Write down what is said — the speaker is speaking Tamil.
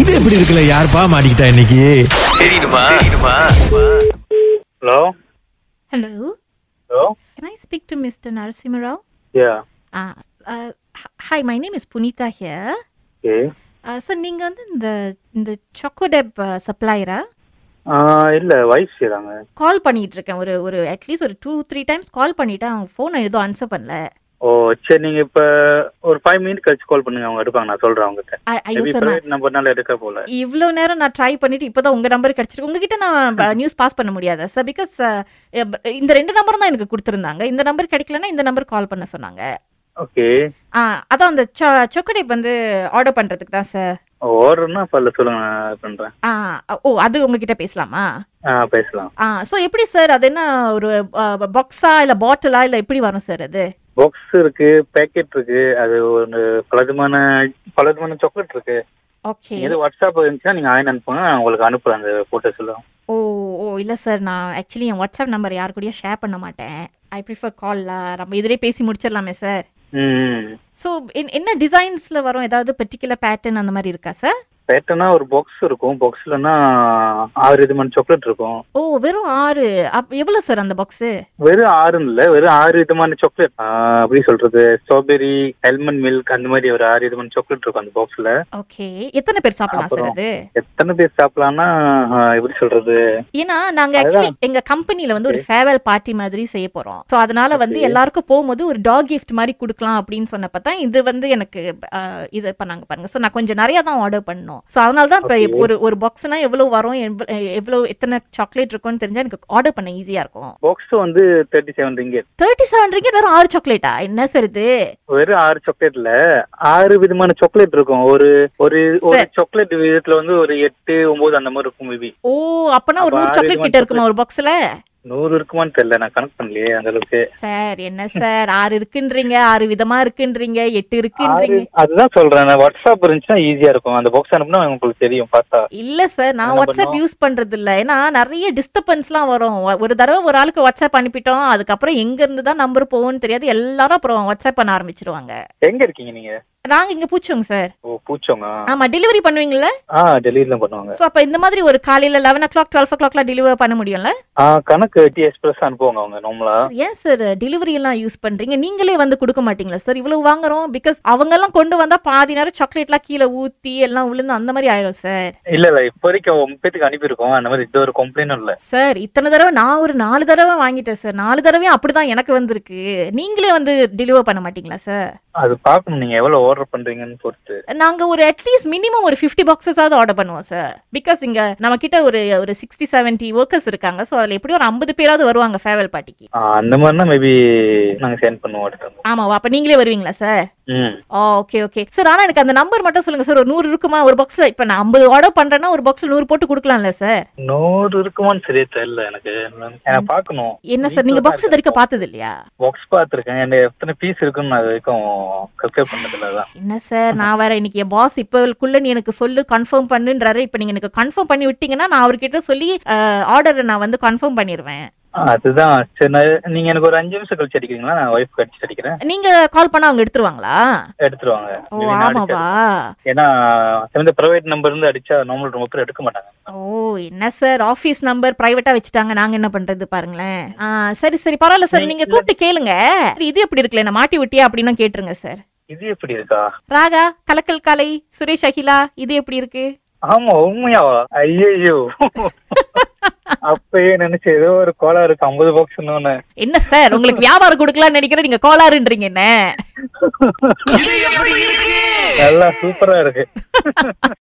இது எப்படி இருக்குல்ல யாருப்பா மாட்டிக்கிட்டா இன்னைக்கு hello Hello, hello can I speak to Mr. Narasimharao? யா Ah, uh, h- hi, my name is Punita here. Okay Uh, sir, நீங்க வந்து இந்த இந்த uh, சோக்கோடெப் சப்ளையரா இல்லை வைஃப் செய்கிறாங்க கால் பண்ணிட்டு இருக்கேன் ஒரு ஒரு அட்லீஸ்ட் ஒரு டூ த்ரீ டைம்ஸ் கால் பண்ணிட்டேன் அவங்க ஃபோனை எதுவும் ஆன்சர் பண்ணல ஓ சரி நீங்கள் இப்போ ஒரு ஃபைவ் மினிட் கழிச்சு கால் பண்ணுங்க அவங்க எடுப்பாங்க நான் சொல்கிறேன் அவங்ககிட்ட I- ஐயோ மேபி சார் நான் ப்ரைவேட் நம்பர்னால எடுக்க போல இவ்வளோ நேரம் நான் ட்ரை பண்ணிட்டு இப்போதான் உங்க நம்பர் கிடைச்சிருக்கு உங்ககிட்ட நான் நியூஸ் பாஸ் பண்ண முடியாதா சார் பிகாஸ் இந்த ரெண்டு நம்பர் தான் எனக்கு கொடுத்துருந்தாங்க இந்த நம்பர் கிடைக்கலன்னா இந்த நம்பர் கால் பண்ண சொன்னாங்க ஓகே ஆ அதான் அந்த சோக்கோடெப் வந்து ஆர்டர் பண்றதுக்கு தான் சார் ஓர்னா பல்ல சொல்லுங்க நான் பண்ணுறேன் ஆ ஓ அது உங்ககிட்ட பேசலாமா ஆ பேசலாம் ஆ ஸோ எப்படி சார் அது என்ன ஒரு பாக்ஸா இல்லை பாட்டிலா இல்லை எப்படி வரும் சார் அது பாக்ஸ் இருக்கு பேக்கெட் இருக்கு அது ஒரு பலவிதமான பலவிதமான சாக்லேட் இருக்கு ஓகே நீங்க எது வாட்ஸ்அப் இருந்துச்சுன்னா நீங்க ஆயின் அனுப்புங்க நான் உங்களுக்கு அனுப்புறேன் அந்த போட்டோஸ் எல்லாம் ஓ ஓ இல்லை சார் நான் ஆக்சுவலி என் வாட்ஸ்அப் நம்பர் யார் கூடயும் ஷேர் பண்ண மாட்டேன் ஐ ப்ரிஃபர் காலில் நம்ம இதிலே பேசி முடிச்சிடலாமே சார் ம் ஸோ என்ன டிசைன்ஸில் வரும் ஏதாவது பெர்டிகுலர் பேட்டர்ன் அந்த மாதிரி இருக்கா சார் பேட்டர்னா ஒரு பாக்ஸ் இருக்கும் பாக்ஸ்லன்னா ஆறு விதமான சாக்லேட் இருக்கும் ஓ வெறும் ஆறு அப் எவ்வளோ சார் அந்த பாக்ஸு வெறும் ஆறுன்னு இல்ல வெறும் ஆறு விதமான சாக்லேட் அப்படி சொல்றது ஸ்ட்ராபெரி ஆல்மண்ட் மில்க் அந்த மாதிரி ஒரு ஆறு விதமான சாக்லேட் இருக்கும் அந்த பாக்ஸ்ல ஓகே எத்தனை பேர் சாப்பிடலாம் சார் அப்புறம்? அது எத்தனை பேர் சாப்பிடலாம்னா ஆ, எப்படி சொல்றது ஏன்னா நாங்க ஆக்சுவலி எங்க கம்பெனில வந்து ஒரு ஃபேர்வெல் பார்ட்டி மாதிரி செய்ய போறோம் சோ அதனால வந்து எல்லாருக்கும் போகும்போது ஒரு டாக் கிஃப்ட் மாதிரி கொடுக்கலாம் அப்படின்னு சொன்னப்ப தான் இது வந்து எனக்கு அஹ், இது பண்ணாங்க பாருங்க சோ நான் கொஞ்சம் நிறைய தான் ஆர்டர் பண்ணோம் சோ அதனால தான் இப்ப ஒரு ஒரு பாக்ஸ்னா எவ்வளவு வரும் எவ்வ- எவ்வளவு எத்தனை சாக்லேட் இருக்கும்னு தெரிஞ்சா எனக்கு ஆர்டர் பண்ண ஈஸியா இருக்கும் பாக்ஸ் வந்து thirty seven ringgit thirty seven ringgit வெறும் ஆறு சாக்லேட்டா என்ன சார் இது வெறும் ஆறு சாக்லேட்ல ஆறு விதமான சாக்லேட் இருக்கும் ஒரு ஒரு ஒரு Sir. சாக்லேட் விதத்துல வந்து ஒரு எட்டு ஒன்பது அந்த மாதிரி இருக்கும் மேபி ஓ அப்பனா ஒரு அப்ப நூறு ஆறு சாக்லேட் இதுவா கிட்ட இருக்குமா ஒரு பாக்ஸ்ல நூறு இருக்குமான்னு தெரியல நான் கணக்கு பண்ணலையே அந்த அளவுக்கு சார் என்ன சார் ஆறு இருக்குன்றீங்க ஆறு விதமா இருக்குன்றீங்க எட்டு இருக்குன்றீங்க ஆறு அதுதான் சொல்றேன் நான் வாட்ஸ்அப் இருந்துச்சுன்னா ஈஸியா இருக்கும் அந்த பாக்ஸ் அனுப்புனா உங்களுக்கு தெரியும் பார்த்தா இல்ல சார் நான் என்ன வாட்ஸ்அப் பண்ணுவோம்? யூஸ் பண்றது இல்ல ஏன்னா நிறைய டிஸ்டர்பன்ஸ்லாம் வரும் ஒ- ஒரு தடவை ஒரு ஆளுக்கு வாட்ஸ்அப் அனுப்பிட்டோம் அதுக்கப்புறம் எங்க இருந்து தான் நம்பர் போகும்னு தெரியாது எல்லாரும் அப்புறம் வாட்ஸ்அப் பண்ண ஆரம்பிச்சிருவாங்க எங்க இருக்கீங்க நீங்க நாங்க இங்க பூச்சோங்க சார் ஓ பூச்சோங்க ஆமா டெலிவரி பண்ணுவீங்கல்ல ஆ டெலிவரிலாம் பண்ணுவாங்க சோ அப்ப இந்த மாதிரி ஒரு காலையில லெவன் ஓ கிளாக் டுவெல் ஓ கிளாக்லாம் டெலிவர் பண்ண முடியும்ல ஆ கணக்கு டி எக்ஸ்பிரஸ் அனுப்புவாங்க அவங்க நார்மலா ஏன் சார் டெலிவரி எல்லாம் யூஸ் பண்றீங்க நீங்களே வந்து கொடுக்க மாட்டீங்களா சார் இவ்வளவு வாங்குறோம் பிகாஸ் அவங்க எல்லாம் கொண்டு வந்தா பாதி நேரம் சாக்லேட்லாம் கீழே ஊத்தி எல்லாம் விழுந்து அந்த மாதிரி ஆயிரும் சார் இல்ல இல்ல இப்போதைக்கு ஒன்பது பேத்துக்கு அனுப்பியிருக்கோம் அந்த மாதிரி இது ஒரு கம்ப்ளைண்ட் இல்ல சார் இத்தனை தடவை நான் ஒரு நாலு தடவை வாங்கிட்டேன் சார் நாலு தடவையும் அப்படிதான் எனக்கு வந்திருக்கு நீங்களே வந்து டெலிவர் பண்ண மாட்டீங்களா சார் அது பார்க்கணும் நீங்க எவ்வளவு ஆர்டர் பண்றீங்கன்னு பொறுத்து நாங்க ஒரு அட்லீஸ்ட் மினிமம் ஒரு ஃபிஃப்டி பாக்ஸஸாவது ஆர்டர் பண்ணுவோம் சார் பிகாஸ் இங்க நம்ம கிட்ட ஒரு ஒரு சிக்ஸ்டி செவன்ட்டி ஒர்க்கர்ஸ் இருக்காங்க ஸோ அதுல எப்படி ஒரு ஐம்பது பேராவது வருவாங்க ஃபேவல் பார்ட்டிக்கு ஆ, அந்த மாதிரினா மேபி நாங்க சென்ட் பண்ணுவோம் அடுத்த ஆமாவா அப்ப நீங்களே வருவீங்களா Oh, சார் ம் ஓகே ஓகே சார் ஆனா எனக்கு அந்த நம்பர் மட்டும் சொல்லுங்க சார் ஒரு நூறு இருக்குமா ஒரு பாக்ஸ்ல இப்ப நான் ஐம்பது ஆர்டர் பண்றேன்னா ஒரு பாக்ஸ்ல நூறு போட்டு கொடுக்கலாம்ல சார் நூறு இருக்குமான்னு சரியா தெரியல எனக்கு நான் பார்க்கணும் என்ன சார் நீங்க பாக்ஸ் இது வரைக்கும் பார்த்தது இல்லையா பாக்ஸ் பார்த்துருக்கேன் என்ன எத்தனை பீஸ் இருக்குன்னு நான் இது வரைக்கும் கல்குலேட் பண்ணதில்ல தான் என்ன சார் நான் வேற இன்னைக்கு என் பாஸ் இப்போக்குள்ள நீ எனக்கு சொல்லு கன்ஃபார்ம் பண்ணுன்றாரு இப்போ நீங்க எனக்கு கன்ஃபார்ம் பண்ணி விட்டீங்கன்னா நான் அவர்கிட்ட சொல்லி ஆர்டர் நான் வந்து கன்ஃபார்ம் பண்ணிடுவேன் அதுதான் சரி நான் நீங்க எனக்கு ஒரு அஞ்சு நிமிஷம் கழிச்சு அடிக்கிறீங்களா நான் ஒய்ஃப் கழிச்சு அடிக்கிறேன் நீங்க கால் பண்ணா அவங்க எடுத்துருவாங்களா எடுத்துருவாங்க ஓ maybe நான் அடிச்சா- ஆமாவா ஏன்னா இந்த பிரைவேட் நம்பர் இருந்து அடிச்சா நார்மல் ரொம்ப பேர் எடுக்க மாட்டாங்க ஓ என்ன சார் ஆஃபீஸ் நம்பர் பிரைவேட்டா வச்சுட்டாங்க நாங்க என்ன பண்றது பாருங்களேன் ஆ, சரி சரி பரவாயில்ல சார் நீங்க கூப்பிட்டு கேளுங்க இது எப்படி இருக்குல்ல நான் மாட்டி விட்டியா அப்படின்னு கேட்டுருங்க சார் இது எப்படி இருக்கா ராகா கலக்கல் காலை சுரேஷ் அகிலா இது எப்படி இருக்கு ஆமா உண்மையாவா ஐயோ அப்பயே நினைச்சு ஏதோ ஒரு கோலா இருக்கு ஐம்பது பாக்ஸ் என்ன சார் உங்களுக்கு வியாபாரம் கொடுக்கலாம்னு நினைக்கிறேன் நீங்க கோளாறுன்றீங்க என்ன நல்லா சூப்பரா இருக்கு